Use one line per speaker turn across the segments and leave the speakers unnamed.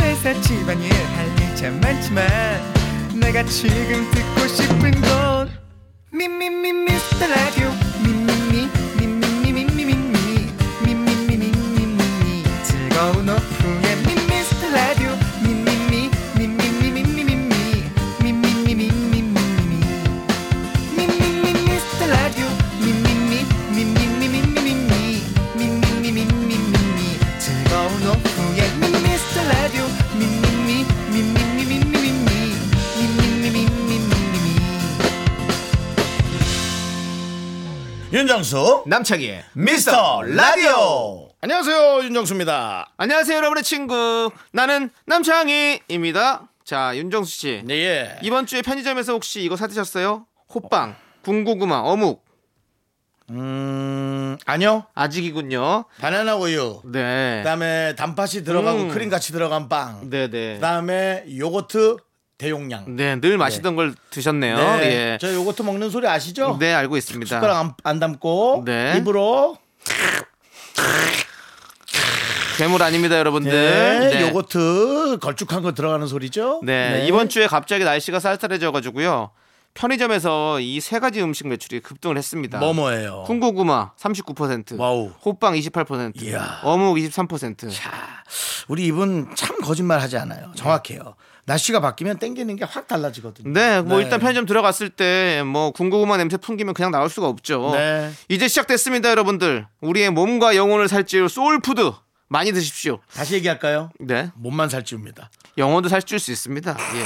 회사 집안일 할 일 참 많지만 내가 지금 듣고 싶은 건 미미미 미스터 라디오 미미미 미미미 미미미 미미미 미미미 즐거운 오후에 미스터 라디오 미미미 미미미 미미미 미미미 미미미
윤정수
남창희의
미스터 라디오 안녕하세요 어, 윤정수입니다
안녕하세요 여러분의 친구 나는 남창희입니다 자 윤정수 씨
예.
이번 주에 편의점에서 혹시 이거 사드셨어요? 호빵 군고구마 어묵
음 아니요
아직이군요
바나나 우유
네
그다음에 단팥이 들어가고
음.
크림 같이 들어간 빵
네네
그다음에 요거트 대용량
네늘 마시던 걸 드셨네요
네.
예.
저 요거트 먹는 소리 아시죠?
네 알고 있습니다
숟가락 안, 안 담고
네.
입으로
괴물 아닙니다 여러분들
네, 요거트 걸쭉한 거 들어가는 소리죠?
네, 이번 주에 갑자기 날씨가 쌀쌀해져가지고요. 편의점에서 이 세 가지 음식 매출이 급등을 했습니다. 어.
뭐뭐예요?
군고구마 39%,
와우.
호빵 28%,
이야.
어묵 23%.
우리 이분 참 거짓말 하지 않아요. 정확해요. 날씨가 바뀌면 땡기는 게 확 달라지거든요.
네, 뭐
네.
일단 편의점 들어갔을 때 뭐 군고구마 냄새 풍기면 그냥 나올 수가 없죠.
네.
이제 시작됐습니다, 여러분들. 우리의 몸과 영혼을 살찌울 소울푸드 많이 드십시오.
다시 얘기할까요?
네,
몸만 살찌웁니다.
영혼도 살찌울 수 있습니다. 예.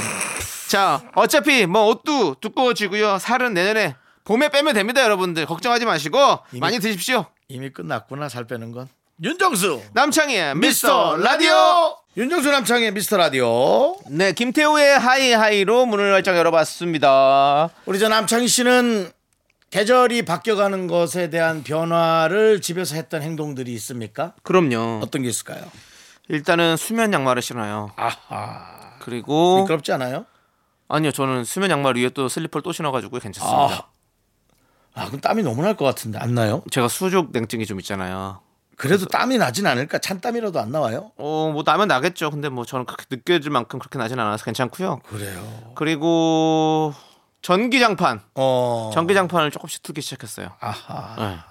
자, 어차피 뭐 옷도 두꺼워지고요. 살은 내년에 봄에 빼면 됩니다, 여러분들. 걱정하지 마시고 많이 드십시오.
이미 끝났구나 살 빼는 건. 윤정수
남창희의 미스터 라디오.
윤정수 남창의 미스터 라디오.
네, 김태우의 하이하이로 문을 활짝 열어봤습니다.
우리 저 남창희 씨는 계절이 바뀌어가는 것에 대한 변화를 집에서 했던 행동들이 있습니까?
그럼요.
어떤 게 있을까요?
일단은 수면 양말을 신어요.
아하.
그리고
어? 미끄럽지 않아요?
아니요, 저는 수면 양말 위에 또 슬리퍼를 또 신어가지고
아.
괜찮습니다.
아, 그럼 땀이 너무 날 것 같은데 안 나요?
제가 수족 냉증이 좀 있잖아요.
그래도 땀이 나진 않을까? 찬땀이라도 안 나와요?
어, 뭐 나면 나겠죠. 근데 뭐 저는 그렇게 느껴질 만큼 그렇게 나진 않아서 괜찮고요.
그래요.
그리고 전기장판,
어.
전기장판을 조금씩 틀기 시작했어요. 네.
아하.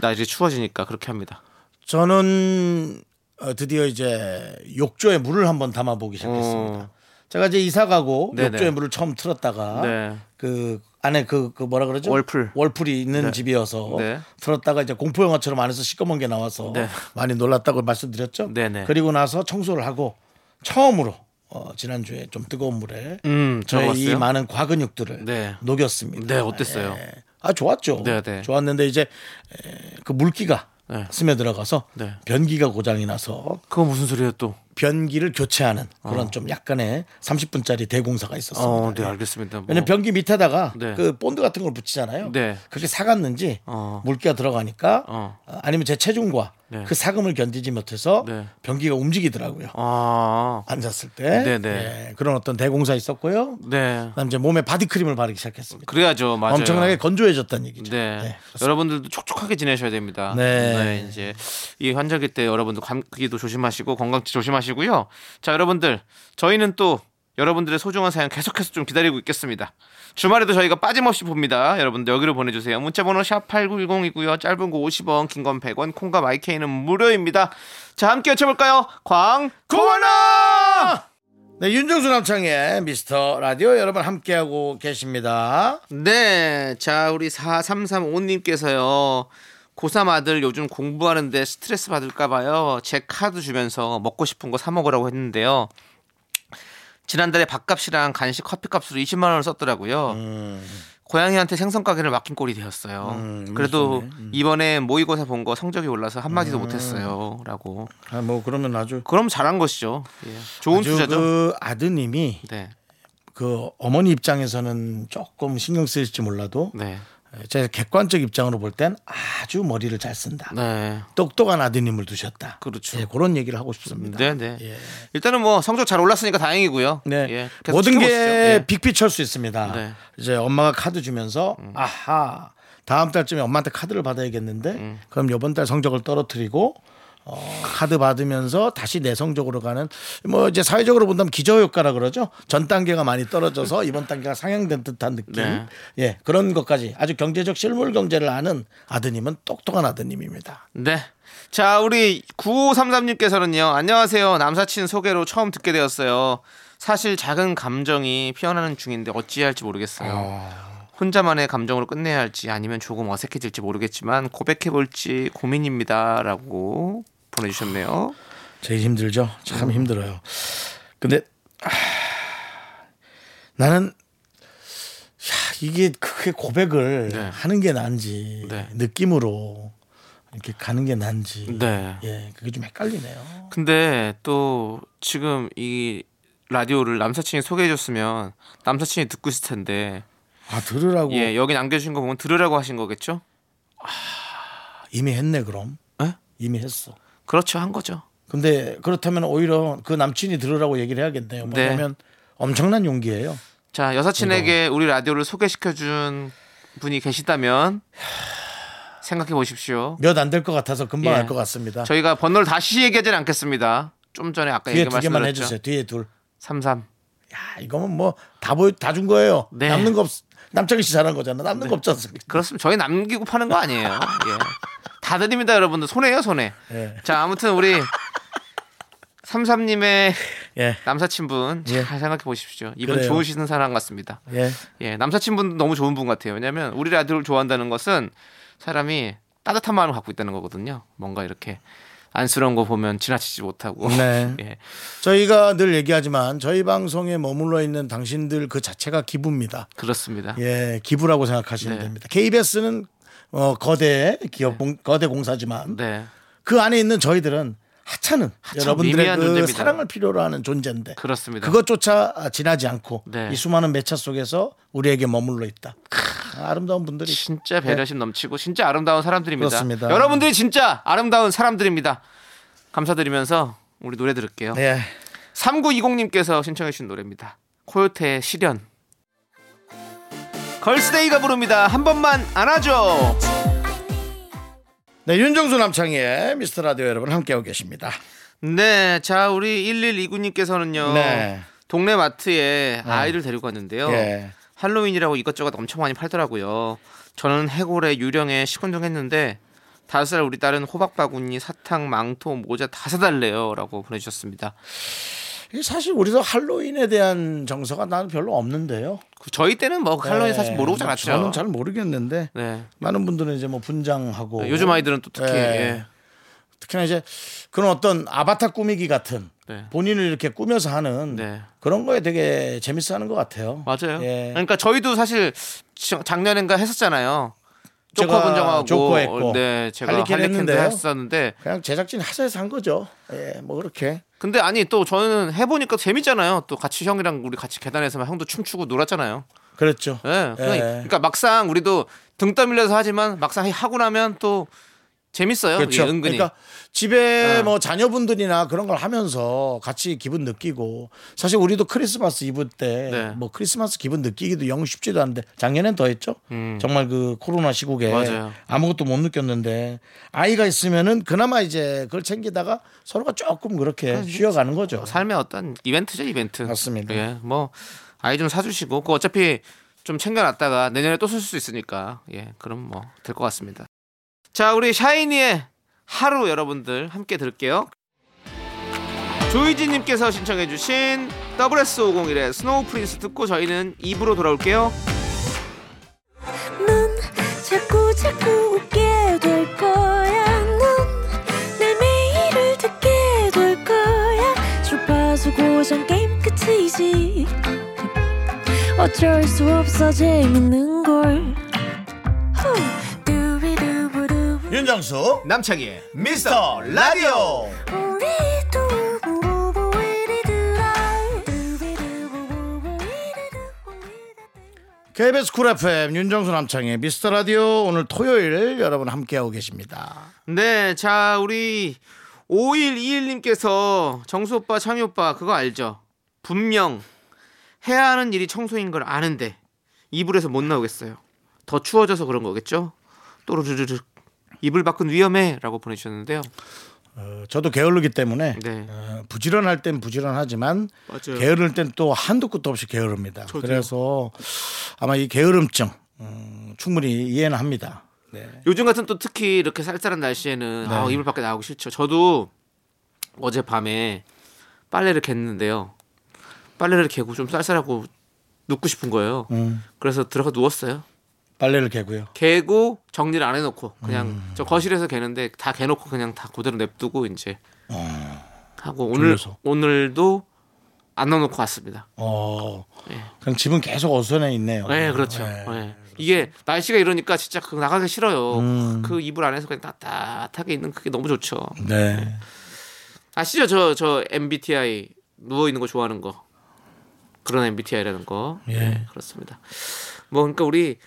나 이제 추워지니까 그렇게 합니다.
저는 어, 드디어 이제 욕조에 물을 한번 담아 보기 시작했습니다.
어.
제가 이제 이사 가고
네네.
욕조에 물을 처음 틀었다가
네.
그 안에 그, 그 뭐라 그러죠?
월풀.
월풀이 있는 집이어서
네.
틀었다가 이제 공포 영화처럼 안에서 시꺼먼 게 나와서
네.
많이 놀랐다고 말씀드렸죠.
네네.
그리고 나서 청소를 하고 처음으로 어, 지난주에 좀 뜨거운 물에
음,
저의 이
들어갔어요?
많은 과근육들을
네.
녹였습니다.
네, 어땠어요?
예. 아 좋았죠.
네, 네.
좋았는데 이제 에, 그 물기가
네.
스며들어가서
네.
변기가 고장이 나서
그거 무슨 소리예요 또?
변기를 교체하는 그런 좀 약간의 30분짜리 대공사가 있었습니다. 예.
어, 네 알겠습니다. 뭐,
왜냐면 변기 밑에다가
네.
그 본드 같은 걸 붙이잖아요.
네.
그게 사갔는지
어.
물기가 들어가니까
어.
어, 아니면 제 체중과
네.
그 사금을 견디지 못해서
네.
변기가 움직이더라고요.
아,
앉았을 때
네, 네.
예, 그런 어떤 대공사 있었고요.
네.
그다음 이제 몸에 바디크림을 바르기 시작했습니다.
그래야죠, 맞아요.
엄청나게 건조해졌다는 얘기죠.
네.
네.
여러분들도 촉촉하게 지내셔야 됩니다.
네.
이제 이 환절기 때 여러분들 감기도 조심하시고 건강 조심하시고요. 자, 여러분들 저희는 또 여러분들의 소중한 사연 계속해서 좀 기다리고 있겠습니다. 주말에도 저희가 빠짐없이 봅니다. 여러분들 여기로 보내주세요. 문자번호 샵 8910이고요. 짧은 거 50원, 긴 건 100원, 콩과 마이케이는 무료입니다. 자, 함께 외쳐볼까요? 광, 고원아!
네, 윤정수 남창의 미스터 라디오 여러분 함께하고 계십니다.
네, 자 우리 4335님께서요. 고3 아들 요즘 공부하는데 스트레스 받을까 봐요. 제 카드 주면서 먹고 싶은 거 사 먹으라고 했는데요. 지난달에 밥값이랑 간식 커피값으로 20만 원을 썼더라고요.
음.
고양이한테 생선 가게를 맡긴 꼴이 되었어요. 그래도
음.
이번에 모의고사 본 거 성적이 올라서 한마디도 못했어요.라고.
아, 뭐 그러면 아주
그럼 잘한 것이죠. 예. 좋은
아주
투자죠.
그 아드님이
네,
그 어머니 입장에서는 조금 신경 쓰일지 몰라도
네,
제 객관적 입장으로 볼 땐 아주 머리를 잘 쓴다.
네.
똑똑한 아드님을 두셨다.
그렇죠.
예, 그런 얘기를 하고 싶습니다.
네, 네.
예.
일단은 뭐 성적 잘 올랐으니까 다행이고요.
네.
예, 계속
모든 게
지켜보시죠. 예.
빅피처일 수 있습니다.
네. 음.
이제 엄마가 카드 주면서
음.
아하 다음 달쯤에 엄마한테 카드를 받아야겠는데 그럼 이번 달 성적을 떨어뜨리고 카드 받으면서 다시 내성적으로 가는 뭐 이제 사회적으로 본다면 기저효과라 그러죠. 전 단계가 많이 떨어져서 이번 단계가 상향된 듯한 느낌.
네.
예, 그런 것까지 아주 경제적 실물 경제를 아는 아드님은 똑똑한 아드님입니다.
네. 자, 우리 9533님께서는요, 안녕하세요. 남사친 소개로 처음 듣게 되었어요. 사실 작은 감정이 피어나는 중인데 어찌해야 할지 모르겠어요.
아.
혼자만의 감정으로 끝내야 할지 아니면 조금 어색해질지 모르겠지만 고백해볼지 고민입니다. 라고 보내주셨네요.
제일 힘들죠. 참 힘들어요. 근데 아, 나는 야, 이게 그게 고백을
네.
하는 게 난지
네.
느낌으로 이렇게 가는 게 난지
네.
예 그게 좀 헷갈리네요.
근데 또 지금 이 라디오를 남사친이 소개해줬으면 남사친이 듣고 있을 텐데
아 들으라고
예 여기 남겨주신 거 보면 들으라고 하신 거겠죠?
이미 했네 그럼
예?
이미 했어.
그렇죠 한 거죠.
근데 그렇다면 오히려 그 남친이 들으라고 얘기를 해야겠네요.
네.
뭐냐면 엄청난 용기예요.
자
네.
여사친에게 우리 라디오를 소개시켜준 분이 계시다면 생각해 보십시오.
몇 안 될 것 같아서 금방
예.
알 것 같습니다.
저희가 번호를 다시 얘기하진 않겠습니다. 좀 전에 아까
뒤에
얘기
두 개만 해주세요.
말씀드렸죠.
뒤에 둘.
삼삼.
야 이거면 뭐 다 보여 다 준 거예요.
네.
남는 거 없. 남창희 씨 잘한 거잖아. 남는 거 없지 않습니까?
그렇습니다. 저희 남기고 파는 거 아니에요. 예. 다 드립니다, 여러분들. 손해요, 손해.
예.
자, 아무튼 우리 삼삼님의
예.
남사친분
예.
잘 생각해 보십시오. 이분
그래요.
좋으시는 사람 같습니다.
예.
예, 남사친분도 너무 좋은 분 같아요. 왜냐하면 우리 라디오를 좋아한다는 것은 사람이 따뜻한 마음을 갖고 있다는 거거든요. 뭔가 이렇게 안쓰러운 거 보면 지나치지 못하고.
네.
예.
저희가 늘 얘기하지만 저희 방송에 머물러 있는 당신들 그 자체가 기부입니다.
그렇습니다.
예, 기부라고 생각하시면
네.
됩니다. KBS는 어, 거대 기업 공, 거대 공사지만
네.
그 안에 있는 저희들은 하찮은
하찮은
여러분들의
미미한
그
존재입니다.
사랑을 필요로 하는 존재인데
그렇습니다.
그것조차 지나지 않고
네.
이 수많은 매체 속에서 우리에게 머물러 있다. 아, 아름다운 분들이
진짜 배려심 넘치고 진짜 아름다운 사람들입니다.
네. 그렇습니다.
여러분들이 진짜 아름다운 사람들입니다. 감사드리면서 우리 노래 들을게요.
네.
3920님께서 신청해 주신 노래입니다. 코요태의 시련. 걸스데이가 부릅니다. 한 번만 안아줘.
네, 윤정수 남창희의 미스터 라디오 여러분 함께하고 계십니다.
네, 자 우리 1129님께서는요.
네.
동네 마트에 아이를 데리고 갔는데요.
예.
할로윈이라고 이것저것 엄청 많이 팔더라고요. 저는 해골에 유령에 시큰둥했는데 다섯 살 우리 딸은 호박 바구니, 사탕, 망토, 모자 다 사달래요라고 보내주셨습니다.
이게 사실 우리도 할로윈에 대한 정서가 나는 별로 없는데요.
그 저희 때는 뭐 할로윈
네.
사실 모르고 자랐죠.
저는 잘 모르겠는데
네.
많은 분들은 이제 뭐 분장하고
요즘 아이들은 또 특히
예.
예.
특히나 이제 그런 어떤 아바타 꾸미기 같은
네.
본인을 이렇게 꾸며서 하는
네.
그런 거에 되게 재밌어 하는 것 같아요.
맞아요.
예.
그러니까 저희도 사실 지- 작년인가 했었잖아요. 조커
제가
분장하고
조커 했고,
네, 제가
할리퀸
할리퀸도
했는데요.
했었는데
그냥 제작진 하자에서 한 거죠. 예, 뭐 그렇게.
근데 아니 또 저는 해보니까 재밌잖아요. 또 같이 형이랑 우리 같이 계단에서 막 형도 춤추고 놀았잖아요.
그렇죠.
예. 그냥
예.
그러니까 막상 우리도 등 떠밀려서 하지만 막상 하고 나면 또 재밌어요.
그렇죠.
예, 은근히.
그러니까 집에
예.
뭐 자녀분들이나 그런 걸 하면서 같이 기분 느끼고 사실 우리도 크리스마스 이브 때
네.
뭐 크리스마스 기분 느끼기도 영 쉽지도 않은데 작년엔 더 했죠. 정말 그 코로나 시국에
음. 맞아요.
무것도못 느꼈는데 아이가 있으면은 그나마 이제 그걸 챙기다가 서로가 조금 그렇게 쉬어가는 거죠.
삶의 어떤 이벤트죠, 이벤트.
맞습니다.
예. 뭐 아이 좀 사주시고 그 어차피 좀 챙겨놨다가 내년에 또 쓸 수 있으니까 예, 그럼 뭐 될 것 같습니다. 자, 우리 샤이니의 하루 여러분들 함께 들을게요. 조이진님께서 신청해주신 WS501의 스노우 프린스 듣고 저희는 입으로 돌아올게요.
넌 자꾸 자꾸 웃게 될 거야. 넌내 매일을 듣게 될 거야. 주파수 고정 게임 끝이지. 어쩔 수 없어 재밌는 걸. 후. 두비두부두.
윤정수
남창희의
미스터 라디오
우리 두부부부 우리들아. 두비두부부부 우리들아.
KBS 쿨 FM 윤정수 남창의 미스터 라디오 오늘 토요일 여러분 함께하고 계십니다.
네, 자 우리 5121님께서 정수 오빠, 창희 오빠 그거 알죠? 분명 해야 하는 일이 청소인 걸 아는데 이불에서 못 나오겠어요. 더 추워져서 그런 거겠죠? 또르르르륵 이불 밖은 위험해라고 보내주셨는데요.
어, 저도 게으르기 때문에
네.
어, 부지런할 땐 부지런하지만
맞아요.
게으를 땐 또 한도 끝도 없이 게으릅니다. 그래서 아마 이 게으름증 음, 충분히 이해는 합니다. 네.
요즘 같은 또 특히 이렇게 쌀쌀한 날씨에는 아, 이불 밖에 나오기 싫죠. 저도 어제 밤에 빨래를 갰는데요. 빨래를 개고 좀 쌀쌀하고 눕고 싶은 거예요.
음,
그래서 들어가 누웠어요.
빨래를 개고요.
개고 정리를 안 해놓고 그냥
음.
저 거실에서 개는데 다 개놓고 그냥 다 그대로 냅두고 이제 하고 오늘
어. 졸려서.
오늘도 안 넣어놓고 왔습니다.
어,
예.
그럼 집은 계속 어선에 있네요.
네, 그렇죠.
네.
예. 이게 날씨가 이러니까 진짜 그 나가기 싫어요.
음.
그 이불 안에서 그냥 따뜻하게 있는 그게 너무 좋죠.
네.
아시죠? 저, 저 MBTI 누워있는 거 좋아하는 거. 그런 MBTI라는 거.
예.
네, 그렇습니다. 뭐, 그러니까 우리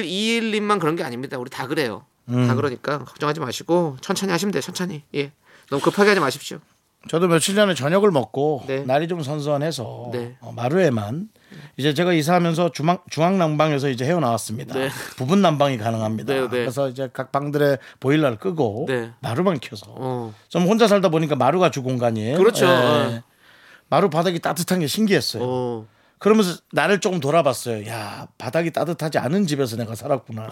5121님만 그런 게 아닙니다. 우리 다 그래요.
음.
다 그러니까 걱정하지 마시고 천천히 하시면 돼요. 천천히. 예. 너무 급하게 하지 마십시오.
저도 며칠 전에 저녁을 먹고
네.
날이 좀 선선해서
네.
어, 마루에만 이제 제가 이사하면서 중앙 중앙 난방에서 이제 헤어 나왔습니다.
네.
부분 난방이 가능합니다.
네, 네.
그래서 이제 각 방들의 보일러를 끄고
네.
마루만 켜서
어.
좀 혼자 살다 보니까 마루가 주 공간이에요.
그렇죠.
예.
어.
마루 바닥이 따뜻한 게 신기했어요.
어.
그러면서 나를 조금 돌아봤어요. 야, 바닥이 따뜻하지 않은 집에서 내가 살았구나.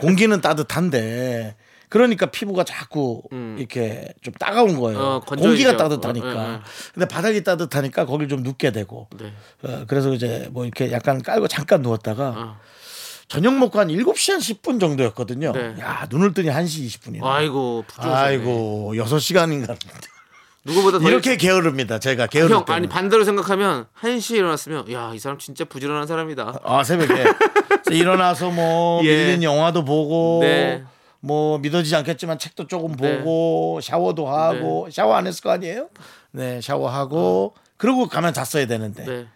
공기는 따뜻한데. 그러니까 피부가 자꾸 이렇게 좀 따가운 거예요.
음. 어, 건조해지죠.
공기가 따뜻하니까.
어, 어, 어.
근데 바닥이 따뜻하니까 거길 좀 눕게 되고.
네.
어, 그래서 이제 뭐 이렇게 약간 깔고 잠깐 누웠다가
어.
저녁 먹고 한 7시 한 10분 정도였거든요.
네.
야, 눈을 뜨니 1시 20분이네.
아이고. 북쪽에서.
아이고, 여섯 시간인가
누구보다 더
이렇게 게으릅니다. 제가 게으르
형,
때문에.
아니 반대로 생각하면 1시에 일어났으면 야, 이 사람 진짜 부지런한 사람이다.
아 새벽에 그래서 일어나서 뭐
예.
밀린 영화도 보고
네.
뭐 믿어지지 않겠지만 책도 조금
네.
보고 샤워도 하고 샤워 안 했을 거 아니에요? 네 샤워하고 그러고 가면 잤어야 되는데
네.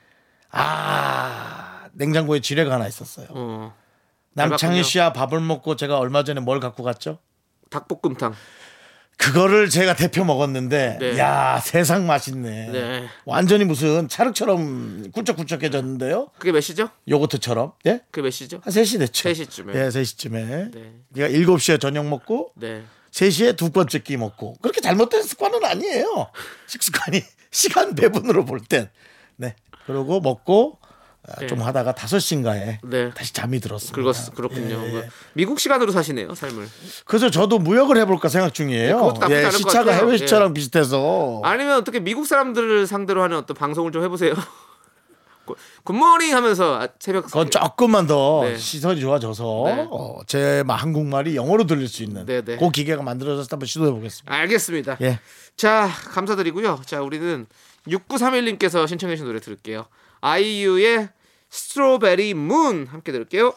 아 냉장고에 지뢰가 하나 있었어요.
어.
남창희
얇았군요.
씨와 밥을 먹고 제가 얼마 전에 뭘 갖고 갔죠?
닭볶음탕.
그거를 제가 대표 먹었는데
네.
야 세상 맛있네.
네.
완전히 무슨 찰흙처럼 굴쩍굴쩍해졌는데요?
그게 몇 시죠?
요거트처럼 예?
그게 몇 시죠?
한 3시 됐죠.
3시쯤에.
예, 3시쯤에.
네.
그러니까 7시에 저녁 먹고
네.
3시에 두 번째 끼 먹고. 그렇게 잘못된 습관은 아니에요. 식습관이 시간 배분으로 볼 땐. 네. 그러고 먹고 아,
네.
좀 하다가 5시인가에
네.
다시 잠이 들었습니다. 예,
그렇 그렇군요.
네.
뭐 미국 시간으로 사시네요, 삶을.
그래서 저도 무역을 해볼까 생각 중이에요.
네, 그것도 나쁘지 않을 것
시차가
같아요.
해외
예.
시차랑 비슷해서
아니면 어떻게 미국 사람들을 상대로 하는 어떤 방송을 좀 해보세요. 굿- 굿모닝 하면서 아, 새벽
그건 조금만 더
네.
시선이 좋아져서
네.
어, 제 마- 한국말이 영어로 들릴 수 있는
네, 네.
그 기계가 만들어져서 한번 시도해 보겠습니다.
알겠습니다.
예.
자, 감사드리고요. 자, 우리는 6931님께서 신청해 주신 노래 들을게요. 아이유의 스트로베리 문 함께 들을게요.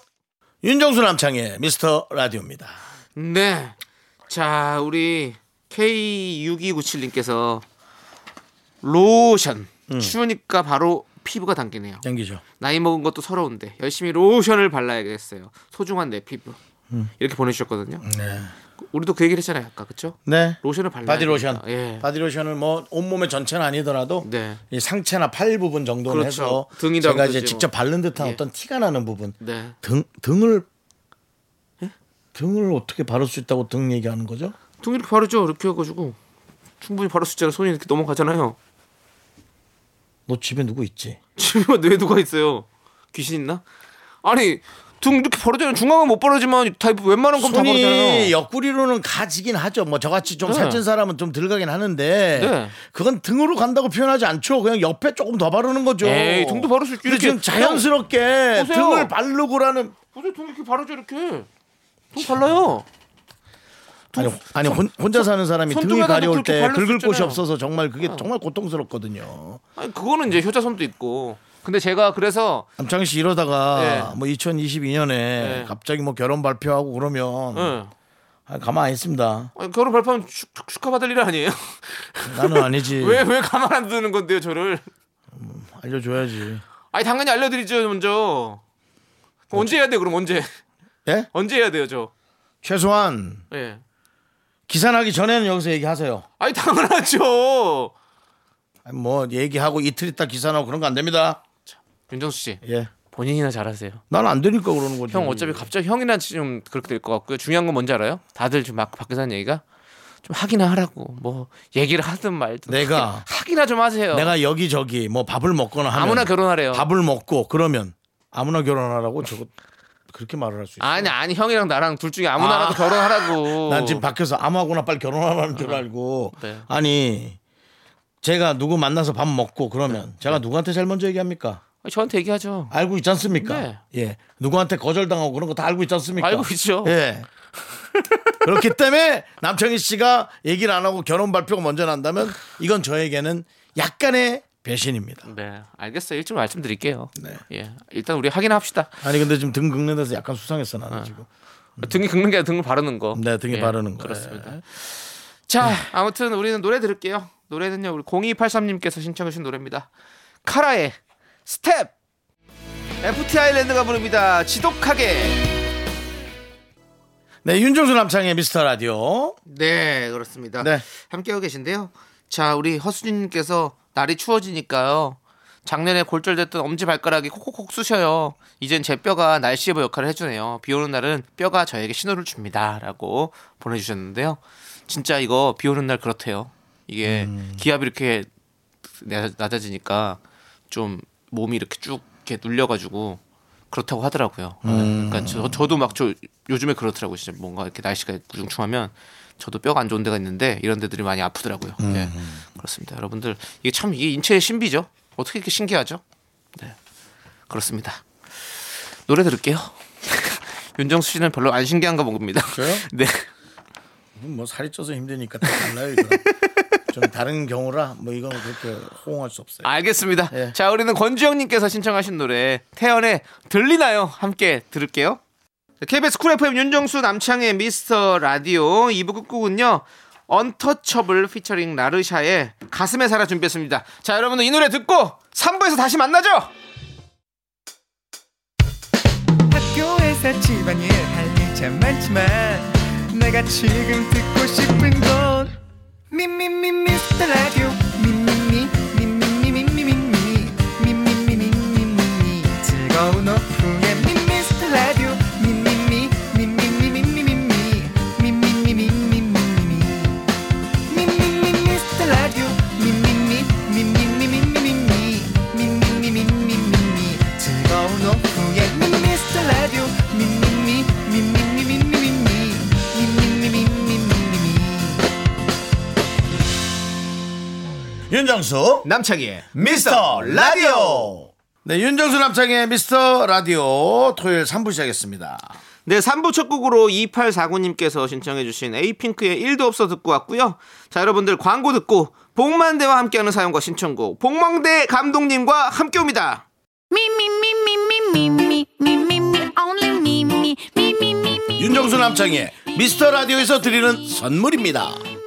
윤정수 남창의 미스터 라디오입니다.
네. 자, 우리 K6297님께서 로션.
음.
추우니까 바로 피부가 당기네요.
당기죠.
나이 먹은 것도 서러운데 열심히 로션을 발라야겠어요. 소중한 내 피부. 이렇게 보내주셨거든요.
음. 네.
우리도 그 얘기를 했잖아요, 아까 그쵸?
네.
로션을 발라.
바디로션.
예.
바디로션을 뭐 온몸의 전체는 아니더라도
네.
이 상체나 팔 부분 정도는
그렇죠.
해서
등이다
제가 이제
그러지
직접
뭐.
바른 듯한
예.
어떤 티가 나는 부분.
네.
등 등을
예?
등을 어떻게 바를 수 있다고 등 얘기하는 거죠?
등 이렇게 바르죠, 이렇게 해가지고 충분히 바를 수 있잖아요. 손이 이렇게 넘어가잖아요.
너 집에 누구 있지?
집에 왜 누가 있어요? 귀신 있나? 아니 등 이렇게 바르잖아요. 중앙은 못 바르지만 다 웬만한 건 다
손이
바르잖아요.
옆구리로는 가지긴 하죠. 뭐 저같이 좀
네.
살찐 사람은 좀 들어가긴 하는데
네.
그건 등으로 간다고 표현하지 않죠. 그냥 옆에 조금 더 바르는 거죠.
에이, 등도 바를 수 있죠.
근데 지금
이렇게
자연스럽게
보세요.
등을 바르고라는
보세요, 등 이렇게 바르죠, 이렇게. 등 발라요.
아니, 아니 혼, 혼자 사는 사람이 등이
손등에다도
가려울
그렇게
때
바를 수
긁을 곳이
있잖아요.
없어서 정말 그게 정말 고통스럽거든요.
아니 그거는 이제 효자손도 있고. 근데 제가 그래서
남창희 씨 이러다가
네.
뭐 2022년에
네.
갑자기 뭐 결혼 발표하고 그러면
예.
아, 가만 안 있습니다.
아니, 결혼 발표하면 축, 축- 축하받을 일 아니에요?
나는 아니지.
왜 왜 가만 안 두는 건데요, 저를?
알려줘야지.
아니 당연히 알려드리죠, 먼저. 그럼 언제 해야 돼? 그럼 언제?
예?
언제 해야 돼요, 저?
최소한
예.
기사 나기 전에는 여기서 얘기하세요.
아니 당연하죠.
아니, 뭐 얘기하고 이틀 있다 기사 나고 그런 거 안 됩니다.
윤정수 씨,
예.
본인이나 잘하세요.
난 안 되니까 그러는 거지.
형 어차피 갑자기 형이나 지금 그렇게 될 것 같고요. 중요한 건 뭔지 알아요? 다들 지금 막 밖에서 하는 얘기가 좀 하기나 하라고 뭐 얘기를 하든 말든
내가-
하기나 좀 하세요.
내가 여기 저기 뭐 밥을 먹거나 하면
아무나 결혼하래요.
밥을 먹고 그러면 아무나 결혼하라고 저거 그렇게 말을 할 수 있어.
아니 아니 형이랑 나랑 둘 중에 아무나라도
아.
결혼하라고.
난 지금 밖에서 아무하고나 빨리 결혼하라는 줄 알고
네.
아니 제가 누구 만나서 밥 먹고 그러면 제가 누구한테 제일 먼저 얘기합니까?
저한테 얘기하죠.
알고 있지 않습니까?
네.
예. 누구한테 거절당하고 그런 거 다 알고 있지 않습니까?
알고 있죠.
예. 그렇기 때문에 남청희 씨가 얘기를 안 하고 결혼 발표가 먼저 난다면 이건 저에게는 약간의 배신입니다.
네, 알겠어요. 일찍 말씀드릴게요.
네.
예, 일단 우리 확인합시다.
아니 근데 지금 등 긁는 데서 약간 수상했어 나는 지금.
등이 긁는 게 아니라 등을 바르는 거.
음. 네, 등에
예,
바르는 거.
그렇습니다. 자, 아무튼 우리는 노래 들을게요. 노래는요, 우리 0283님께서 신청해주신 노래입니다. 카라의 스텝! FT 아일랜드가 부릅니다. 지독하게!
네, 윤종수 남창의 미스터 라디오.
네, 그렇습니다.
네.
함께하고 계신데요. 자, 우리 허수진님께서 날이 추워지니까요. 작년에 골절됐던 엄지발가락이 콕콕콕 쑤셔요. 이젠 제 뼈가 날씨예보 역할을 해주네요. 비 오는 날은 뼈가 저에게 신호를 줍니다. 라고 보내주셨는데요. 진짜 이거 비 오는 날 그렇대요. 이게 기압이 이렇게 나- 낮아지니까 좀 몸이 이렇게 쭉 이렇게 눌려가지고 그렇다고 하더라고요. 그러니까 저, 저도 막 저 요즘에 그렇더라고요. 진짜 뭔가 이렇게 날씨가 우중충하면 저도 뼈가 안 좋은 데가 있는데 이런 데들이 많이 아프더라고요. 네. 그렇습니다. 여러분들 이게 참 이게 인체의 신비죠. 어떻게 이렇게 신기하죠? 네. 그렇습니다. 노래 들을게요. 윤정수 씨는 별로 안 신기한가 봅니다.
저요?
네.
뭐 살이 쪄서 힘드니까 다 달라요. 이거. 좀 다른 경우라 뭐 이건 그렇게 호응할 수 없어요.
네. 알겠습니다.
예.
자, 우리는 권주영님께서 신청하신 노래 태연의 들리나요? 함께 들을게요. KBS 쿨 FM 윤정수 남창의 미스터 라디오 2부 끝곡은요. 언터처블 피처링 라르샤의 가슴에 살아 준비했습니다. 자, 여러분들 이 노래 듣고 3부에서 다시 만나죠.
학교에서 집안일 할 일 참 많지만 내가 지금 듣고 싶은 건 미미미 미스터 라디오 미미미 미미미미미미 미미미미미미 즐거운 오후에 미스터 라디오 미미미 미미미미미미 미미미미미미미 미미미 미스터 라디오 미미미 미미미미미미 미미미미미미 즐거운 오후에 미스터 라디오 미미미 미미미미미미 미미미미미미미
윤정수
남창희의
미스터 라디오. 네, 윤정수 남창의 미스터 라디오 토요일 3부 시작했습니다.
네, 3부 첫 곡으로 2849님께서 신청해주신 에이핑크의 1도 없어 듣고 왔고요. 자, 여러분들 광고 듣고 복만대와 함께하는 사연과 신청곡 복망대 감독님과 함께 옵니다.
윤정수 남창의 미스터 라디오에서 드리는 선물입니다.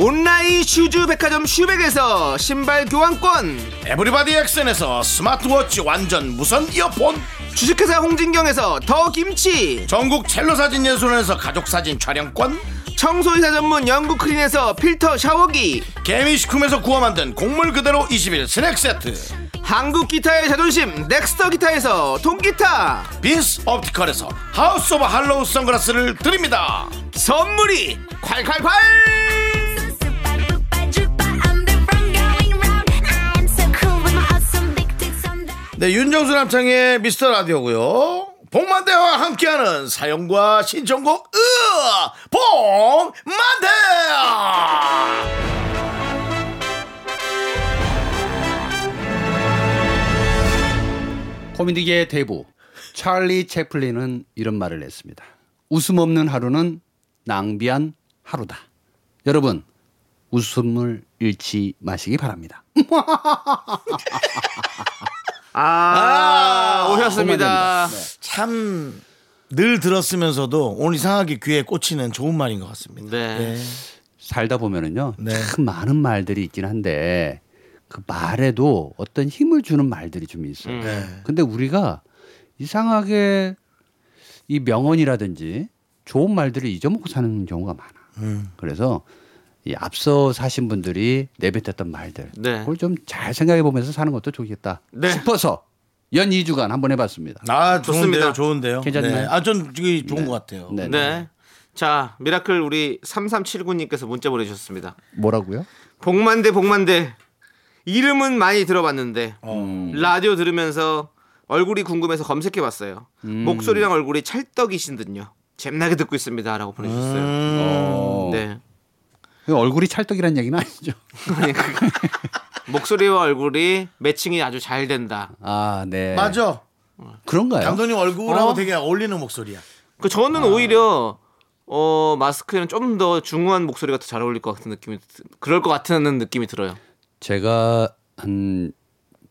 온라인 슈즈 백화점 슈백에서 신발 교환권
에브리바디 엑센에서 스마트워치 완전 무선 이어폰
주식회사 홍진경에서 더 김치
전국 첼로 사진 예술원에서 가족 사진 촬영권
청소이사 전문 영국 크린에서 필터 샤워기
개미식품에서 구워 만든 곡물 그대로 21 스낵 세트
한국 기타의 자존심 넥스터 기타에서 통기타
빈스 옵티컬에서 하우스 오브 할로우 선글라스를 드립니다
선물이 콸콸콸
네, 윤정수 남창의 미스터 라디오고요. 복만대와 함께하는 사연과 신청곡 으아! 복만대!
코미디계의 대부 찰리 채플린은 이런 말을 했습니다. 웃음 없는 하루는 낭비한 하루다. 여러분 웃음을 잃지 마시기 바랍니다.
아, 오셨습니다
참. 늘 들었으면서도 오늘 이상하게 귀에 꽂히는 좋은 말인 것 같습니다.
네.
살다 보면은요
네.
참 많은 말들이 있긴 한데 그 말에도 어떤 힘을 주는 말들이 좀 있어요. 근데 우리가 이상하게 이 명언이라든지 좋은 말들을 잊어먹고 사는 경우가 많아. 그래서 이 앞서 사신 분들이 내뱉었던 말들
네.
그걸 좀 잘 생각해 보면서 사는 것도 좋겠다
네.
싶어서 연 2주간 한번 해봤습니다.
아 좋습니다.
좋습니다.
좋은데요.
괜찮나요?
네. 아전 이게 좋은 것 같아요.
네.
네. 자, 미라클 우리 3379님께서 문자 보내주셨습니다.
뭐라고요?
복만대 복만대 이름은 많이 들어봤는데 라디오 들으면서 얼굴이 궁금해서 검색해봤어요. 목소리랑 얼굴이 찰떡이신 듯요. 잼나게 듣고 있습니다라고 보내주셨어요.
음,
어. 그
네.
얼굴이 찰떡이라는 얘기는 아니죠.
그 목소리와 얼굴이 매칭이 아주 잘 된다.
아, 네.
맞아.
그런가요?
감독님 얼굴하고
어?
되게 어울리는 목소리야.
그 저는 오히려 어 마스크는 좀 더 중후한 목소리가 더 잘 어울릴 것 같은 느낌이 드- 그럴 것 같은 느낌이 들어요.
제가 한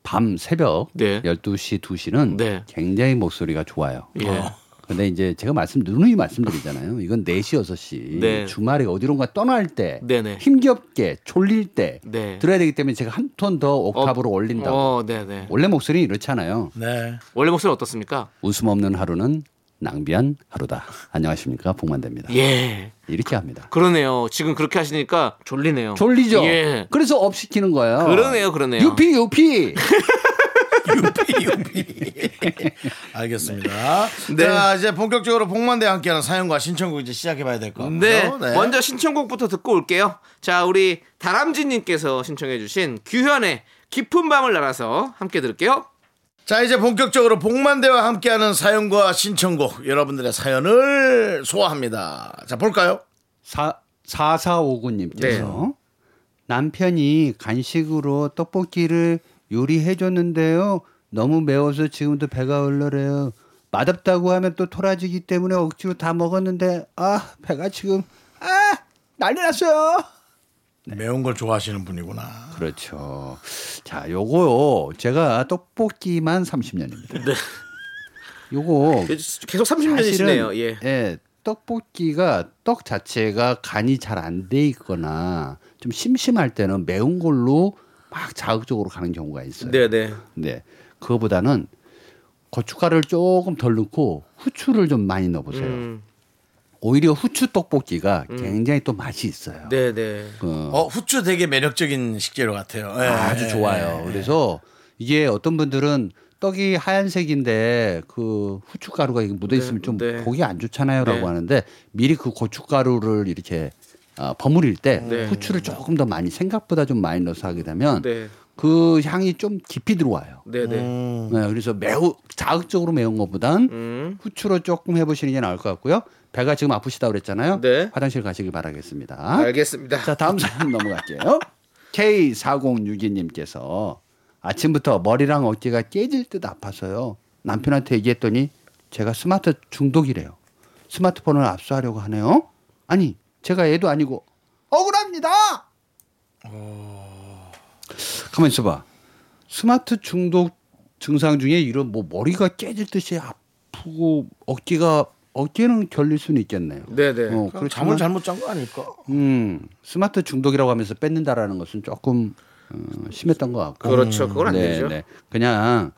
밤 새벽
네.
12시, 2시는
네.
굉장히 목소리가 좋아요. 어.
예.
근데 이제 제가 말씀 누누이 말씀드리잖아요. 이건 4시, 6시
네.
주말에 어디론가 떠날 때
네네.
힘겹게 졸릴 때
네.
들어야 되기 때문에 제가 한 톤 더 옥탑으로
어,
올린다. 고
어, 네, 네.
원래 목소리 이렇잖아요.
네.
원래 목소리 어떻습니까?
웃음 없는 하루는 낭비한 하루다. 안녕하십니까? 복만대입니다.
예.
이렇게 합니다.
그러네요. 지금 그렇게 하시니까 졸리네요.
졸리죠?
예.
그래서 업 시키는 거예요.
그러네요, 그러네요.
유피 유피.
알겠습니다.
네.
자 이제 본격적으로 복만대와 함께하는 사연과 신청곡 이제 시작해봐야 될 것 같고요.
네.
네.
먼저 신청곡부터 듣고 올게요. 자, 우리 다람쥐님께서 신청해주신 규현의 깊은 밤을 날아서 함께 들을게요.
자 이제 본격적으로 복만대와 함께하는 사연과 신청곡 여러분들의 사연을 소화합니다. 자 볼까요?
4459님께서 남편이 간식으로 떡볶이를 요리해 줬는데요. 너무 매워서 지금도 배가 얼얼해요. 맛없다고 하면 또 토라지기 때문에 억지로 다 먹었는데 아 배가 지금 아 난리 났어요.
매운 걸 좋아하시는 분이구나.
그렇죠. 자 요거요 제가 떡볶이만 30년입니다. 요거
계속 30년이시네요.
사실은
예.
떡볶이가 떡 자체가 간이 잘 안 돼 있거나 좀 심심할 때는 매운 걸로 막 자극적으로 가는 경우가 있어요.
네, 네.
네. 그거보다는 고춧가루를 조금 덜 넣고 후추를 좀 많이 넣어보세요.
음,
오히려 후추 떡볶이가 굉장히 또 맛이 있어요.
네, 네.
그
어 후추 되게 매력적인 식재료 같아요. 예.
아주
네.
좋아요. 그래서 이게 어떤 분들은 떡이 하얀색인데 그 후춧가루가 이게 묻어 있으면
네,
좀
네.
보기 안 좋잖아요라고
네.
하는데 미리 그 고춧가루를 이렇게 아, 버무릴 때
네.
후추를 조금 더 많이 생각보다 좀 많이 넣어서 하게 되면
네.
그 향이 좀 깊이 들어와요.
네, 네.
음.
네, 그래서 매우 자극적으로 매운 것보단
음.
후추로 조금 해보시는 게 나을 것 같고요. 배가 지금 아프시다 그랬잖아요.
네.
화장실 가시길
아?
바라겠습니다.
네.
알겠습니다.
자 다음 사연 넘어갈게요. K4062님께서 아침부터 머리랑 어깨가 깨질 듯 아파서요. 남편한테 얘기했더니 제가 스마트 중독이래요. 스마트폰을 압수하려고 하네요. 아니 제가 애도 아니고 억울합니다. 가만 있어봐. 스마트 중독 증상 중에 이런 뭐 머리가 깨질 듯이 아프고 어깨가 어깨는 결릴 수는 있겠네요.
네, 네.
그럼
어, 그렇지만-
잠을 잘못 잔 거 아닐까?
음, 스마트 중독이라고 하면서 뺏는다라는 것은 조금 어, 심했던 것 같고.
그렇죠. 그건 안
네,
되죠.
네. 그냥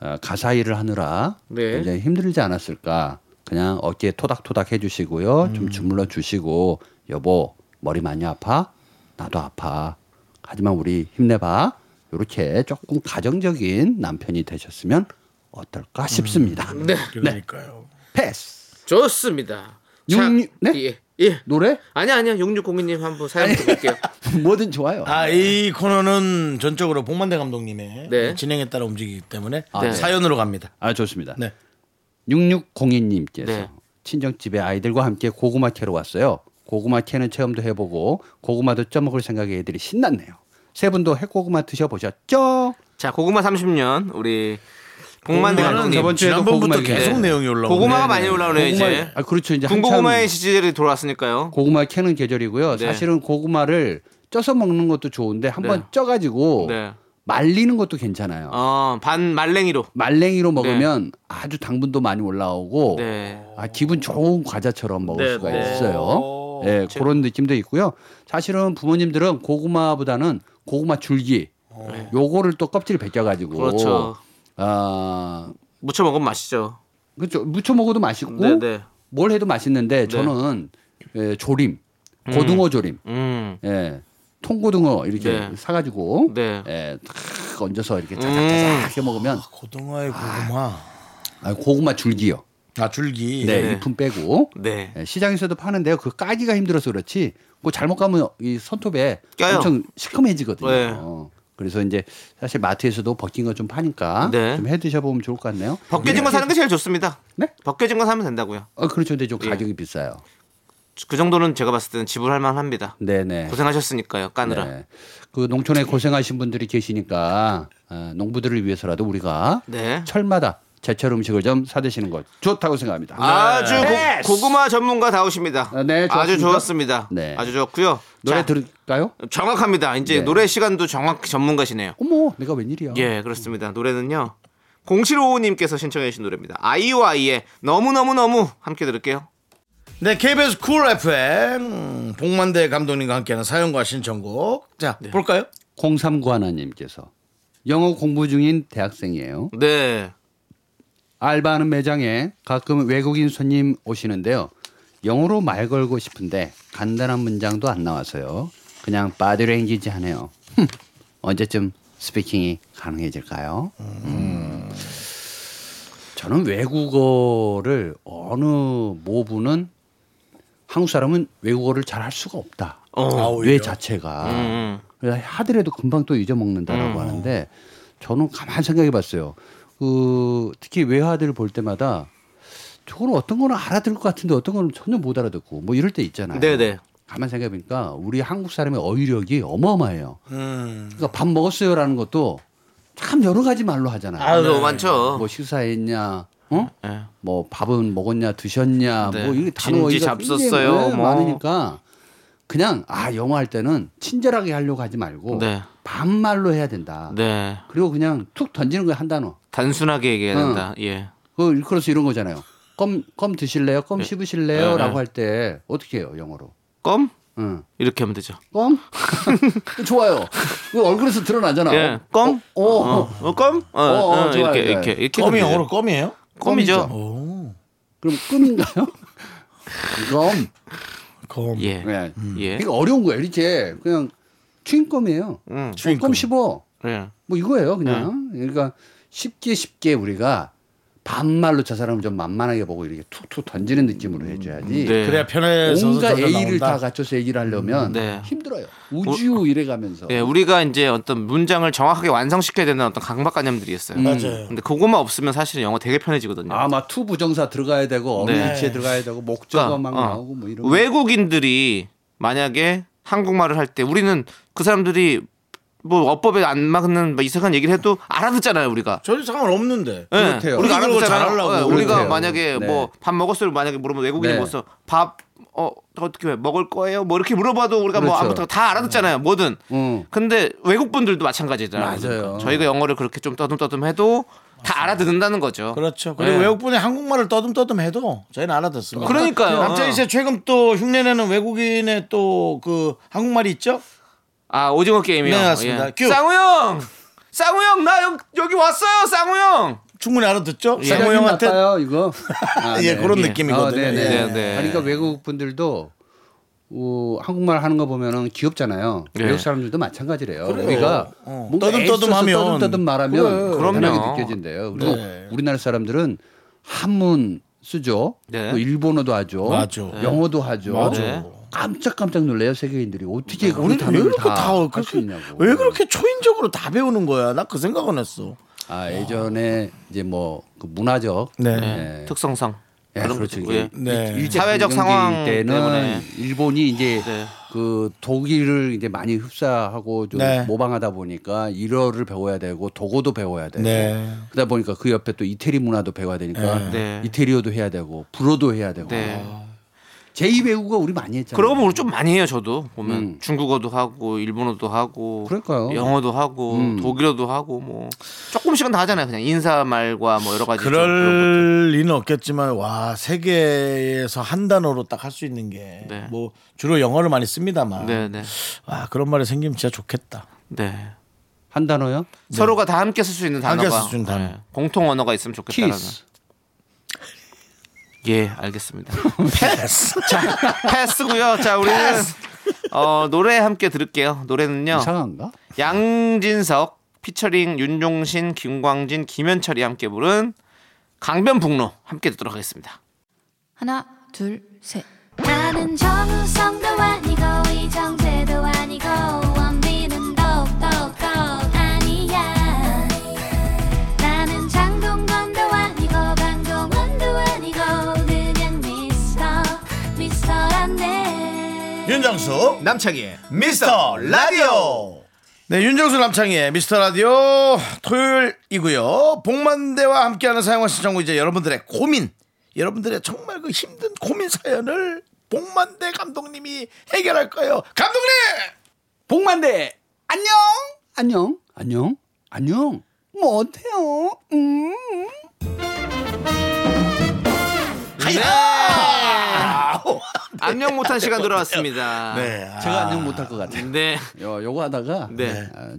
어, 가사 일을 하느라
네.
굉장히 힘들지 않았을까. 그냥 어깨 토닥토닥 해주시고요. 좀 주물러 주시고 여보 머리 많이 아파? 나도 아파. 하지만 우리 힘내봐. 이렇게 조금 가정적인 남편이 되셨으면 어떨까 싶습니다.
네.
그러니까요.
패스.
좋습니다.
육류- 네?
예. 예.
노래
아니 아니요. 6602님 한번 사연 볼게요.
뭐든 좋아요.
아 이 코너는 전적으로 복만대 감독님의
네.
진행에 따라 움직이기 때문에
네.
사연으로 갑니다.
아 좋습니다.
네.
6602님께서
네.
친정집에 아이들과 함께 고구마 캐러 왔어요. 고구마 캐는 체험도 해보고 고구마도 쪄먹을 생각에 애들이 신났네요. 세 분도 핵고구마 드셔보셨죠?
자, 고구마 30년 우리 복만대
고구마는
감독님.
저번 주에도
지난번부터
고구마 얘기-
계속
네.
내용이 올라오네.
고구마가 많이 올라오네요, 이제.
아 그렇죠 이제
군고구마의
한참
시절이 돌아왔으니까요.
고구마 캐는 계절이고요.
네.
사실은 고구마를 쪄서 먹는 것도 좋은데 한번
네.
쪄가지고
네.
말리는 것도 괜찮아요.
어, 반 말랭이로.
말랭이로 먹으면 아주 당분도 많이 올라오고
네.
아, 기분 좋은 과자처럼 먹을
네,
수가
네.
있어요. 예,
제-
그런 느낌도 있고요. 사실은 부모님들은 고구마보다는 고구마 줄기 요거를 또 껍질을 벗겨가지고
어. 그렇죠.
아
무쳐 먹으면 맛있죠.
그렇죠 무쳐 먹어도 맛있고
네, 네.
뭘 해도 맛있는데 저는 예, 조림, 고등어 조림,
음.
예, 통고등어 이렇게
네.
사가지고
네. 음.
예, 탁 얹어서 이렇게 자작자작 해 먹으면
아, 고등어에 고구마.
아, 고구마 줄기요.
아 줄기.
네,
네.
잎은 빼고
네.
예, 시장에서도 파는데요. 그 까기가 힘들어서 그렇지. 그거 잘못 가면 이 손톱에
껴요.
엄청 시큼해지거든요.
네.
어, 그래서 이제 사실 마트에서도 벗긴 거 좀 파니까
네.
좀 해 드셔보면 좋을 것 같네요.
벗겨진 거 사는 게 제일 좋습니다.
네?
벗겨진 거 사면 된다고요.
어, 그렇죠. 근데
예.
좀 가격이 비싸요.
그 정도는 제가 봤을 때는 지불할 만합니다.
네네.
고생하셨으니까요, 까느라.
네. 그 농촌에 고생하신 분들이 계시니까 어, 농부들을 위해서라도 우리가
네.
철마다 제철 음식을 좀 사드시는 것 좋다고 생각합니다.
아주 고, 구마 전문가 다우십니다.
아, 네,
아주
좋았습니까?
좋았습니다.
네.
아주 좋고요.
노래
자,
들을까요?
정확합니다. 이제
네.
노래 시간도 정확히 전문가시네요.
어머, 내가 웬일이야?
예, 그렇습니다. 노래는요. 0755님께서 신청해 주신 노래입니다. 아이오아이의 너무너무너무 함께 들을게요.
네, KBS 쿨 FM 복만대 감독님과 함께하는 사연과 신청곡. 자, 볼까요?
039 하나님께서 영어 공부 중인 대학생이에요.
네.
알바하는 매장에 가끔 외국인 손님 오시는데요. 영어로 말 걸고 싶은데 간단한 문장도 안 나와서요. 그냥 바디랭귀지 하네요. 흠, 언제쯤 스피킹이 가능해질까요? 음. 저는 외국어를 어느 모부는 한국 사람은 외국어를 잘 할 수가 없다.
아, 오히려.
뇌 어, 자체가
음.
그래서 하더라도 금방 또 잊어먹는다라고 하는데 저는 가만 생각해 봤어요. 그 특히 외화들을 볼 때마다 저걸 어떤 거는 알아들을 것 같은데 어떤 거는 전혀 못 알아듣고 뭐 이럴 때 있잖아요.
네네.
가만 생각해 보니까 우리 한국 사람의 어휘력이 어마어마해요.
음.
그러니까 밥 먹었어요라는 것도 참 여러 가지 말로 하잖아요.
아유, 너무 많죠.
뭐 식사했냐? 어?
네.
뭐 밥은 먹었냐 드셨냐
네.
뭐 이게
진지
단어가
잡섰어요, 뭐.
많으니까 그냥 아 영어 할 때는 친절하게 하려고 하지 말고
네.
반말로 해야 된다.
네.
그리고 그냥 툭 던지는 거야 한 단어.
단순하게 얘기해야
응.
된다. 예.
그 일컬어서 이런 거잖아요. 껌 껌 드실래요? 껌
네, 네.
씹으실래요?라고 할 때 어떻게 해요 영어로?
껌?
응.
이렇게 하면 되죠.
껌? 좋아요. 그 얼굴에서 드러나잖아.
예. 껌?
어, 어,
어, 어, 껌? 어,
어, 어,
어,
좋아요,
이렇게,
네.
이렇게, 이렇게.
껌이
하면
영어로
돼요.
껌이에요?
껌이죠.
오.
그럼 껌인가요? 껌.
껌.
예.
예.
음. 예.
이게 어려운 거예요. 이제 그냥 추인껌이에요.
응.
어, 껌 씹어.
예.
뭐 이거예요, 그냥. 그러니까 쉽게 쉽게 우리가 반말로 저 사람을 좀 만만하게 보고 이렇게 툭툭 던지는 느낌으로 해줘야지.
네.
그래야 편해서
온갖
저절로
A를
나온다.
다 갖춰서 얘기를 하려면
음, 네.
힘들어요. 우주 이래가면서.
예, 우리가 이제 어떤 문장을 정확하게 완성시켜야 되는 어떤 강박관념들이 있어요.
맞아요.
근데 그거만 없으면 사실은 영어 되게 편해지거든요.
아마 투 부정사 들어가야 되고 어느
네.
위치에 들어가야 되고 목적어
그러니까,
막
어,
나오고 뭐 이런.
외국인들이 만약에 한국말을 할 때 우리는 그 사람들이 뭐 어법에 안 맞는 막 이상한 얘기를 해도 알아듣잖아요 우리가.
전혀 상관없는데.
예,
그렇대요.
우리가
우리가 그걸
알아듣잖아요.
잘하려고.
예, 우리가
그렇대요.
만약에
네.
뭐 밥 먹었어요 만약에 물으면 외국인이
네.
먹었어 밥어 어떻게 해? 먹을 거예요 뭐 이렇게 물어봐도 우리가 뭐
그렇죠.
아무튼 다 알아듣잖아요 뭐든.
응.
근데 외국 분들도 마찬가지잖아요.
맞아요.
그러니까 저희가 영어를 그렇게 좀 떠듬떠듬해도 다 알아듣는다는 거죠.
그렇죠. 그리고
예.
외국분이 한국말을 떠듬떠듬해도 저희는 알아듣습니다.
그러니까요.
남자 이제 최근 또 흉내내는 외국인의 또 그 한국말이 있죠?
아 오징어 게임이요.
네, 맞습니다. 큐.
쌍우 형, 쌍우 형, 나 여, 여기 왔어요, 쌍우 형.
충분히 알아듣죠?
예.
쌍호 형한테
나빠요 이거. 아,
예,
네.
그런
예.
느낌이거든요.
어,
예.
네네.
네, 네.
아니, 그러니까 외국 분들도 어, 한국말 하는 거 보면은 귀엽잖아요.
네.
외국 사람들도 마찬가지래요.
그래요.
우리가
어.
뭔가
떠듬떠듬하면.
애써서 떠듬떠듬 말하면
그래. 네.
그단하게
그럼요.
느껴진대요. 그리고 우리나라 사람들은 한문 쓰죠.
네.
또 일본어도 하죠.
맞아.
영어도 하죠.
맞아.
네.
깜짝깜짝 놀래요 세계인들이 어떻게 그
우리는 왜
단어를
그렇게 다,
다할수
그렇게,
있냐고.
왜 그렇게 초인적으로 다 배우는 거야? 나 그 생각은 했어.
아 예전에 이제 뭐그 문화적
네.
네. 특성상
예,
그런
그렇죠.
거죠.
이게
예.
네.
일제
사회적
강점기
상황
때는
때문에.
일본이 이제
네.
그 독일을 이제 많이 흡사하고 좀
네.
모방하다 보니까 일어를 배워야 되고 독어도 배워야 되고
네.
그러다 보니까 그 옆에 또 이태리 문화도 배워야 되니까
네.
이태리어도 해야 되고 불어도 해야 되고
네.
제2 외국어 우리 많이 했잖아요.
그러고 보면 좀 많이 해요 저도 보면
음.
중국어도 하고 일본어도 하고
그럴까요?
영어도 하고 독일어도 하고 뭐 조금씩은 다 하잖아요 그냥 인사말과 뭐 여러 가지 좀 그런 것들.
그럴 리는 없겠지만 와 세계에서 한 단어로 딱 할 수 있는 게 뭐
네.
주로 영어를 많이 씁니다만
네, 네,
와 그런 말이 생기면 진짜 좋겠다.
네.
한 단어요?
서로가 다 함께 쓸 수 있는
함께
단어가 네. 그
쓸수 있는 단어.
공통 언어가 있으면 좋겠다라는
키스.
예, 알겠습니다. 패스. 자, 패스고요. 자, 우리는 어, 노래 함께 들을게요. 노래는요.
이상한가?
양진석 피처링 윤종신, 김광진, 김현철이 함께 부른 강변북로 함께 듣도록 하겠습니다.
하나, 둘, 셋.
나는 정우성도 아니고 이정재도 아니고 원빈은 더욱더 아니야 나는 장동건도 아니고 강동원도 아니고 그냥 미스터 미스터란데
윤정수
남창희의
미스터 라디오. 네, 윤정수 남창희의 미스터 라디오 토요일이고요. 복만대와 함께하는 사용화 시청구 이제 여러분들의 고민, 여러분들의 정말 그 힘든 고민 사연을 복만대 감독님이 해결할 거예요. 감독님!
복만대 안녕 안녕 안녕 안녕 뭐 어때요? 음.
안녕 못한 시간 돌아왔습니다.
네. 아,
제가 안녕 못할 것 같아요.
네.
요 요거 하다가
네.
아,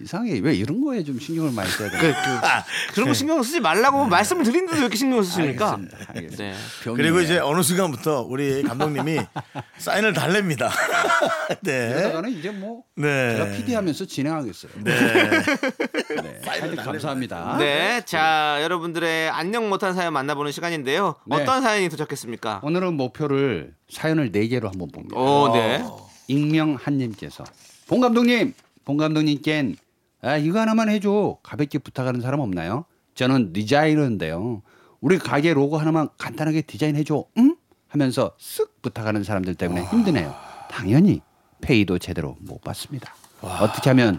이상하게 왜 이런 거에 좀 신경을 많이 써야 되나?
그, 그, 그런 거 신경 쓰지 말라고 말씀을 드리는데 왜 이렇게 신경 쓰십니까?
네. 알겠습니다.
네.
병이네.
그리고 이제 어느 순간부터 우리 감독님이 사인을 달랩니다. 네.
이러다가는 이제 뭐
네.
제가 PD 하면서 진행하겠어요. 네. 하여튼 감사합니다.
네, 자 여러분들의 안녕 못한 사연 만나보는 시간인데요.
네.
어떤 사연이 도착했습니까?
오늘은 목표를 사연을 네 개로 한번 봅니다.
오, 네.
익명 한님께서 봉 감독님, 봉 감독님께는 아 이거 하나만 해줘 가볍게 부탁하는 사람 없나요? 저는 디자이너인데요. 우리 가게 로고 하나만 간단하게 디자인해줘, 응? 하면서 쓱 부탁하는 사람들 때문에 힘드네요. 당연히 페이도 제대로 못 받습니다. 어떻게 하면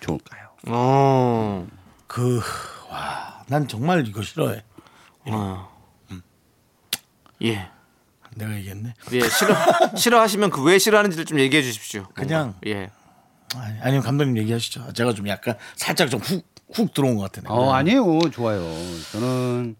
좋을까요?
어,
그, 와, 난 정말 이거 싫어해.
어. 예,
내가 얘기했네.
예 싫어 싫어하시면 그 왜 싫어하는지를 좀 얘기해 주십시오.
그냥-
예,
아니, 아니요, 감독님 얘기하시죠. 제가 좀 약간 살짝 좀 훅, 훅 들어온 것 같은데.
네.
어 아니에요, 좋아요. 저는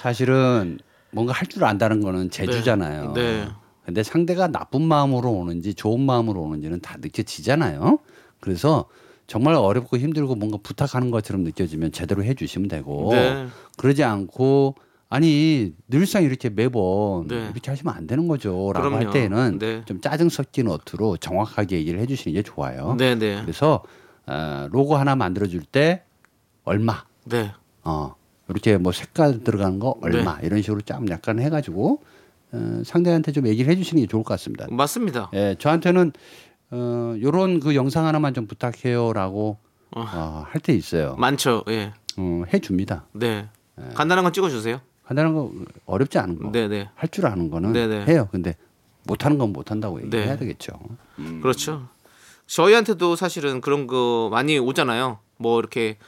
사실은 뭔가 할 줄 안다는 거는 재주잖아요.
네. 네.
근데 상대가 나쁜 마음으로 오는지 좋은 마음으로 오는지는 다 느껴지잖아요. 그래서 정말 어렵고 힘들고 뭔가 부탁하는 것처럼 느껴지면 제대로 해주시면 되고
네.
그러지 않고 아니 늘상 이렇게 매번
네.
이렇게 하시면 안 되는 거죠라고
그럼요.
할 때는
네.
좀 짜증 섞인 어투로 정확하게 얘기를 해주시는 게 좋아요.
네, 네,
그래서 어, 로고 하나 만들어 줄 때 얼마
네.
어 이렇게 뭐 색깔 들어간 거 얼마 이런 식으로 좀 약간 해가지고 어, 상대한테 좀 얘기를 해주시는 게 좋을 것 같습니다.
맞습니다.
예, 저한테는 어 요런 그 영상 하나만 좀 부탁해요라고 어,
아.
할 때 있어요.
많죠. 예,
어, 해줍니다.
네. 간단한 건 찍어주세요.
간단한 거 어렵지 않은 거.
네, 네.
할 줄 아는 거는
네, 네.
해요. 근데 못하는 건 못한다고
네.
얘기해야 되겠죠. 음.
그렇죠. 저희한테도 사실은 그런 거 많이 오잖아요. 뭐 이렇게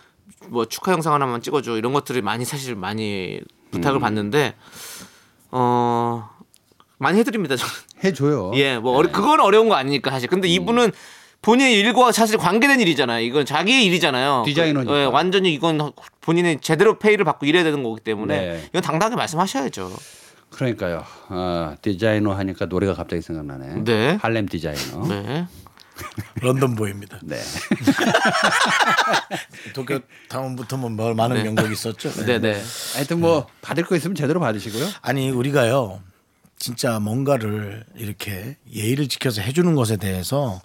뭐 축하 영상 하나만 찍어줘 이런 것들이 많이 사실 많이
음.
부탁을 받는데 어 많이 해드립니다. 저는.
해줘요.
예, 뭐
네.
어려, 그건 어려운 거 아니니까 사실.
음.
근데 이분은 본인의 일과 사실 관계된 일이잖아요. 이건 자기의 일이잖아요.
디자이너니까.
그, 예, 완전히 이건 본인의 제대로 페이를 받고 일해야 되는 거기 때문에
네.
이건 당당하게 말씀하셔야죠.
그러니까요. 아, 디자이너 하니까 노래가 갑자기 생각나네.
네.
할렘 디자이너.
네.
런던 보입니다.
네.
도쿄 타운부터 뭐 많은
네.
명곡이 있었죠.
네, 네.
하여튼 뭐 받을 거 있으면 제대로 받으시고요.
아니 우리가요 진짜 뭔가를 이렇게 예의를 지켜서 해주는 것에 대해서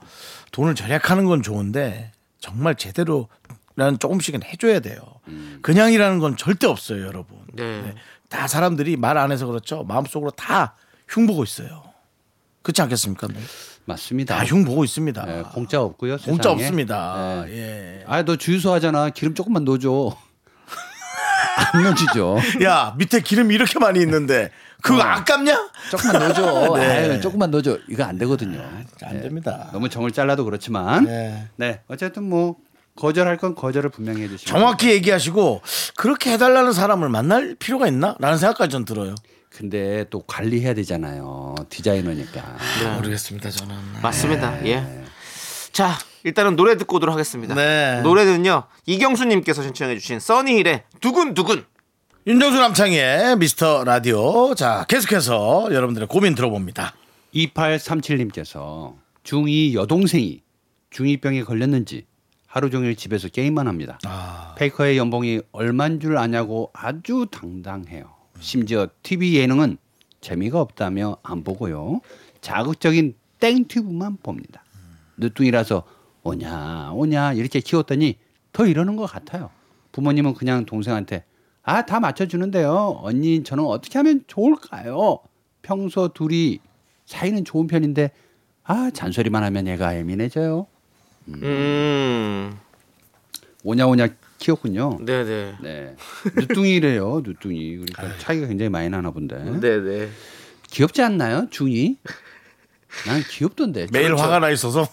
돈을 절약하는 건 좋은데 정말 제대로라는 조금씩은 해줘야 돼요.
음.
그냥이라는 건 절대 없어요, 여러분.
네.
다 사람들이 말 안 해서 그렇죠. 마음속으로 다 흉보고 있어요. 그렇지 않겠습니까? 네.
맞습니다.
다 아, 흉보고 있습니다.
예, 네. 공짜 없고요.
공짜
세상에.
없습니다.
예.
예.
아, 너 주유소 하잖아. 기름 조금만 넣어줘. 안 넣어주죠.
예. 야 밑에 기름 이렇게 많이 있는데
어.
그거 아깝냐?
조금만 넣어줘.
네.
아유, 조금만 넣어줘. 이거 안 되거든요.
안 됩니다.
네. 너무 정을 잘라도 그렇지만.
네.
네. 어쨌든 뭐 거절할 건 거절을 분명히 해주시고.
정확히 얘기하시고 그렇게 해달라는 사람을 만날 필요가 있나라는 생각까지 전 들어요.
근데 또 관리해야 되잖아요. 디자이너니까.
모르겠습니다 저는.
네. 맞습니다. 예. 자, 일단은 노래 듣고 오도록 하겠습니다.
네.
노래는요. 이경수 님께서 신청해 주신 써니힐의 두근두근.
윤정수 남창의 미스터 라디오 자 계속해서 여러분들의 고민 들어봅니다.
2837님께서 중2 여동생이 중2병에 걸렸는지 하루 종일 집에서 게임만 합니다. 페이커의 연봉이 얼만 줄 아냐고 아주 당당해요. 심지어 TV 예능은 재미가 없다며 안 보고요. 자극적인 땡튜브만 봅니다. 늦둥이라서 오냐 오냐 이렇게 키웠더니 더 이러는 것 같아요. 부모님은 그냥 동생한테 아 다 맞춰주는데요. 언니 저는 어떻게 하면 좋을까요? 평소 둘이 사이는 좋은 편인데 아 잔소리만 하면 얘가 예민해져요.
음,
오냐 오냐 키웠군요.
네네.
네. 누뚱이래요, 누뚱이. 그러니까 차이가 굉장히 많이 나나 본데.
네네.
귀엽지 않나요, 중이? 난 귀엽던데.
매일 화가 나 있어서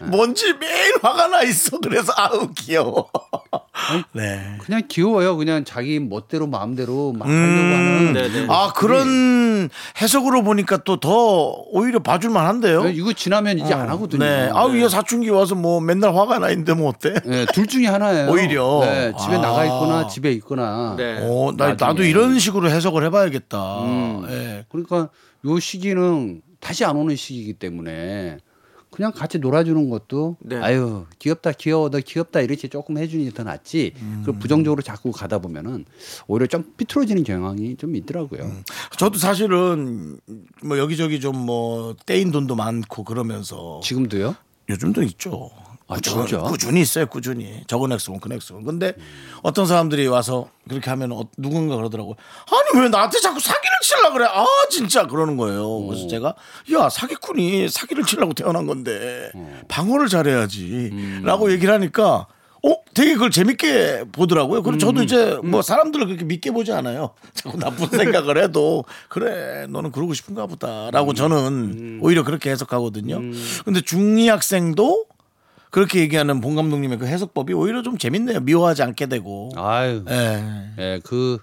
뭔지 매일 화가 나 있어. 그래서 아우 귀여워. 네.
그냥 귀여워요. 그냥 자기 멋대로 마음대로 막
음.
하려고 하는.
네네.
아 그런 해석으로 보니까 또 더 오히려 봐줄 만한데요.
네. 이거 지나면 이제 안 하거든요.
네. 아우 얘 사춘기 와서 뭐 맨날 화가 나 있는데 뭐 어때?
네, 둘 중에 하나예요.
오히려.
네, 집에
아.
나가 있거나 집에 있거나.
네.
어, 나, 나도
나중에.
이런 식으로 해석을 해봐야겠다. 예.
그러니까 요 시기는 다시 안 오는 시기이기 때문에 그냥 같이 놀아주는 것도
네.
아유 귀엽다 귀여워 너 귀엽다 이렇게 조금 해주니 더 낫지
음.
그걸 부정적으로 자꾸 가다 보면은 오히려 좀 삐뚤어지는 경향이 좀 있더라고요
음. 저도 사실은 뭐 여기저기 좀 뭐 떼인 돈도 많고 그러면서
지금도요
요즘도 있죠.
아,
꾸준-
진짜?
꾸준히 있어요, 꾸준히. 적은 액수건 큰 액수건. 근데 어떤 사람들이 와서 그렇게 하면 어, 누군가 그러더라고. 요 아니 왜 나한테 자꾸 사기를 치려 그래? 아 진짜 그러는 거예요. 그래서 제가 야 사기꾼이 사기를 치려고 태어난 건데 방어를 잘해야지라고 얘기를 하니까. 어, 되게 그걸 재밌게 보더라고요. 그리고 저도 이제 뭐 사람들을 그렇게 믿게 보지 않아요. 자꾸 나쁜 생각을 해도 그래, 너는 그러고 싶은가 보다라고 저는 오히려 그렇게 해석하거든요. 근데 중2 학생도 그렇게 얘기하는 본 감독님의 그 해석법이 오히려 좀 재밌네요. 미워하지 않게 되고.
아유
예.
예, 그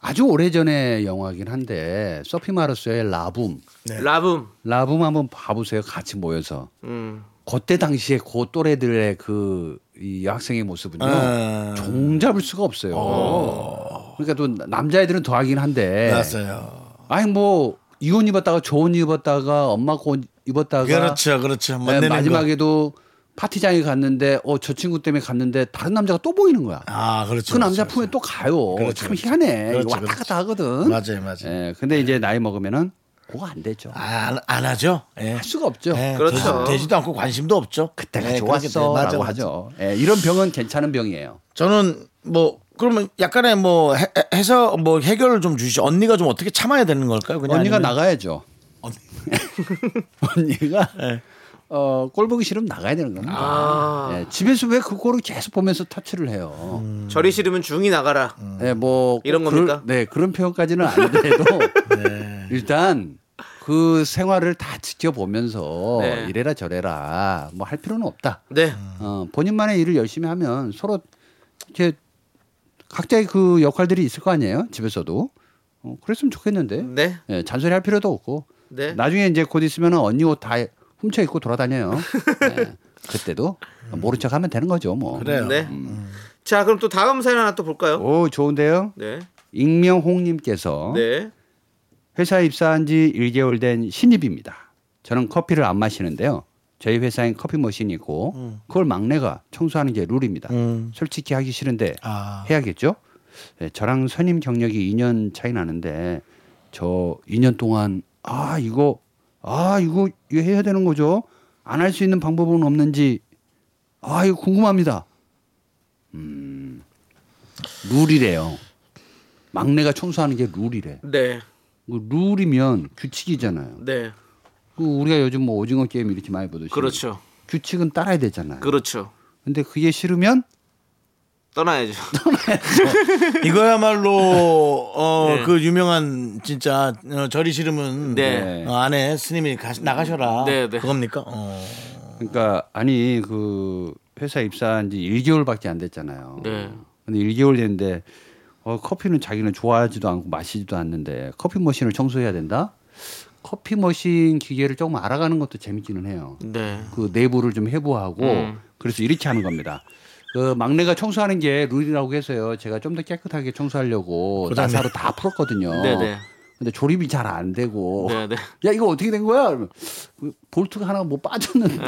아주 오래전의 영화긴 한데 소피 마르소의 라붐
라붐.
라붐 한번 봐보세요 같이 모여서
음.
그때 당시에 그 또래들의 그이 학생의 모습은요
음.
종잡을 수가 없어요. 그러니까 또 남자애들은 더하긴 한데
알았어요.
아니 뭐 이혼 입었다가 좋은 입었다가 엄마 건 입었다가
그렇죠, 그렇죠.
네,
만내는 거.
마지막에도 파티장에 갔는데 어 저 친구 때문에 갔는데 다른 남자가 또 보이는 거야.
아, 그렇죠.
그 남자
그렇죠,
품에 또 가요.
그렇죠,
참
그렇죠.
희한해. 이거
그렇죠,
왔다
그렇죠.
갔다 하거든.
맞아요, 맞아요.
예, 근데 이제 나이 먹으면은 그거 안 되죠.
아, 안, 안 하죠. 예.
할 수가 없죠.
예,
그렇죠.
되지- 되지도 않고 관심도 없죠.
그때가
예, 그렇게 돼.
좋았어라고
맞아, 맞아.
하죠. 예, 이런 병은 괜찮은 병이에요.
저는 뭐 그러면 약간의 뭐 해, 해서 뭐 해결을 좀 주시죠. 언니가 좀 어떻게 참아야 되는 걸까요? 그냥
언니가
아니면-
나가야죠.
언니.
언니가
네.
어, 꼴 보기 싫으면 나가야 되는 겁니다.
아.
예, 집에서 왜 그거를 계속 보면서 터치를 해요.
음.
절이 싫으면 중이 나가라.
예, 뭐
이런
그럴-
겁니까?
네, 그런 표현까지는 아닌데도
네.
일단 그 생활을 다 지켜보면서
네.
이래라 저래라 뭐 할 필요는 없다.
네.
어, 본인만의 일을 열심히 하면 서로 이렇게 각자의 그 역할들이 있을 거 아니에요 집에서도 어, 그랬으면 좋겠는데
네.
예, 잔소리 할 필요도 없고
네.
나중에 이제 곧 있으면 언니 옷 다 훔쳐 입고 돌아다녀요 예, 그때도 모른 척하면 되는 거죠 뭐
그래요.
네. 자, 그럼 또 다음 사연 하나 또 볼까요?
오 좋은데요
네.
익명홍님께서
네.
회사에 입사한 지 1개월 된 신입입니다. 저는 커피를 안 마시는데요. 저희 회사엔 커피 머신이 있고 그걸 막내가 청소하는 게 룰입니다.
음.
솔직히 하기 싫은데
아.
해야겠죠? 네, 저랑 선임 경력이 2년 차이 나는데 저 2년 동안 아 이거 아 이거 이거 해야 되는 거죠? 안 할 수 있는 방법은 없는지 아 이거 궁금합니다. 음 룰이래요. 막내가 청소하는 게 룰이래.
네.
그 룰이면 규칙이잖아요.
네.
그 우리가 요즘 뭐 오징어 게임 이렇게 많이 보듯이
그렇죠.
규칙은 따라야 되잖아요.
그렇죠.
근데 그게 싫으면
떠나야죠.
이거야말로 어,
네.
그 유명한 진짜 어, 절이 싫으면
네.
어, 아내 스님이 가, 나가셔라.
네, 네.
그겁니까? 어.
그러니까 아니 그 회사 입사한 지 1개월밖에 안 됐잖아요.
네.
근데 1개월 됐는데 어, 커피는 자기는 좋아하지도 않고 마시지도 않는데 커피 머신을 청소해야 된다. 커피 머신 기계를 조금 알아가는 것도 재밌기는 해요.
네.
그 내부를 좀 해부하고
음.
그래서 이렇게 하는 겁니다. 그 막내가 청소하는 게 룰이라고 해서요. 제가 좀 더 깨끗하게 청소하려고
그다음에.
나사로 다 풀었거든요.
네네.
근데 조립이 잘 안 되고
네네.
야 이거 어떻게 된 거야? 그러면 그 볼트가 하나 뭐
네.
빠졌는데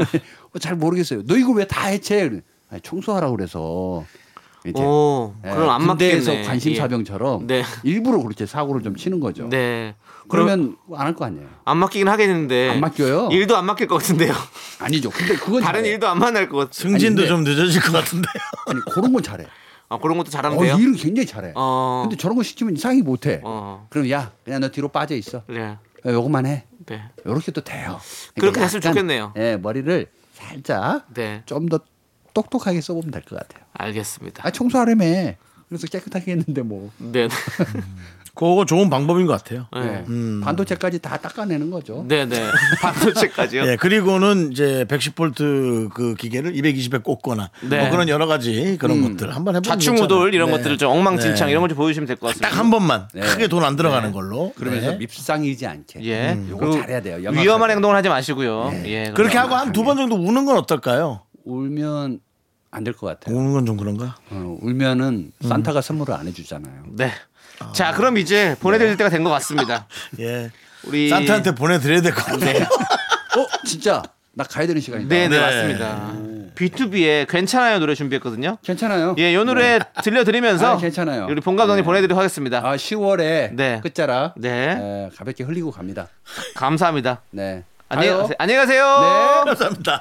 어, 잘 모르겠어요. 너 이거 왜 다 해체? 그래. 아니, 청소하라고 그래서 이렇게.
오,
예,
그럼 안
군대에서
맞겠네.
관심사병처럼
예. 네.
일부러 그렇게 사고를 좀 치는 거죠.
네. 그러면
그러면 안 할 거 아니에요.
안 맡기긴 하겠는데.
안 맡겨요.
네. 일도 안 맡길 것 같은데요.
아니죠. 근데 그건
다른
잘해.
일도 안 만날 것 같아.
승진도
아니, 근데-
좀 늦어질 것 같은데.
아니 그런 건 잘해.
아, 그런 것도 잘하면
어,
돼요.
일을 굉장히 잘해.
어.
근데 저런 거 시키면 이상하게 못해.
어.
그럼 야 그냥 너 뒤로 빠져 있어.
네.
야, 요것만 해.
네.
요렇게 또 돼요. 그러니까
그렇게 됐으면 좋겠네요.
예, 머리를 살짝
네.
좀 더 똑똑하게 써보면 될 것 같아요.
알겠습니다.
아 청소하려면 그래서 깨끗하게 했는데 뭐
네.
그거 좋은 방법인 것 같아요.
네.
반도체까지 다 닦아내는 거죠.
네, 네. 반도체까지요.
예, 그리고는 이제 110볼트 그 기계를 220에 꽂거나
네. 음.
뭐 그런 여러 가지 그런 것들 한번 해보면
좌충우돌
괜찮아요.
이런
네.
것들을 좀 엉망진창
네.
이런 걸 좀 보여주시면 될 것 같습니다.
딱 한 번만
네.
크게 돈 안 들어가는 걸로
그러면서
네.
밉상이지 않게.
예.
음, 요거
그리고
잘해야 돼요. 영악하게.
위험한 행동을 하지 마시고요. 예.
그렇게
그럼.
하고 한 두 번 정도 우는 건 어떨까요?
울면 안 될 것 같아요.
우는 건 좀 그런가?
음.
어, 울면은 산타가 선물을 안 해주잖아요.
네. 자, 그럼 이제 보내드릴 때가 된 것 같습니다.
예.
우리
산타한테 보내드려야 될 것 같아요.
어 진짜 나 가야 되는 시간이다.
네, 네,
네.
맞습니다. B2B의 괜찮아요 노래 준비했거든요.
괜찮아요.
예, 요 노래 들려드리면서
아, 괜찮아요.
우리 본 감독님
네.
보내드리도록 하겠습니다.
아 10월에
네.
끝자락
네.
에, 가볍게 흘리고 갑니다.
감사합니다. 아,
네.
안녕히
가요.
가세요. 안녕히 가세요.
네.
감사합니다.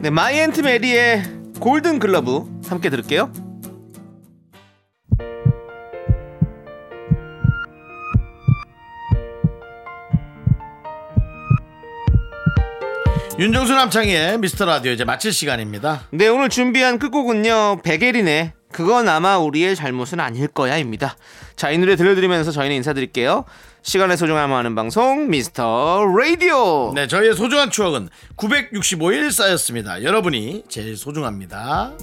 네, 마이앤트 메리의 골든 글러브 함께 들을게요.
윤정수 남창희의 미스터 라디오 이제 마칠 시간입니다.
네, 오늘 준비한 끝곡은요. 백예린의 그건 아마 우리의 잘못은 아닐 거야입니다. 자, 이 노래 들려드리면서 저희는 인사드릴게요. 시간의 소중함 하는 방송 미스터 라디오.
네, 저희의 소중한 추억은 965일 쌓였습니다. 여러분이 제일 소중합니다.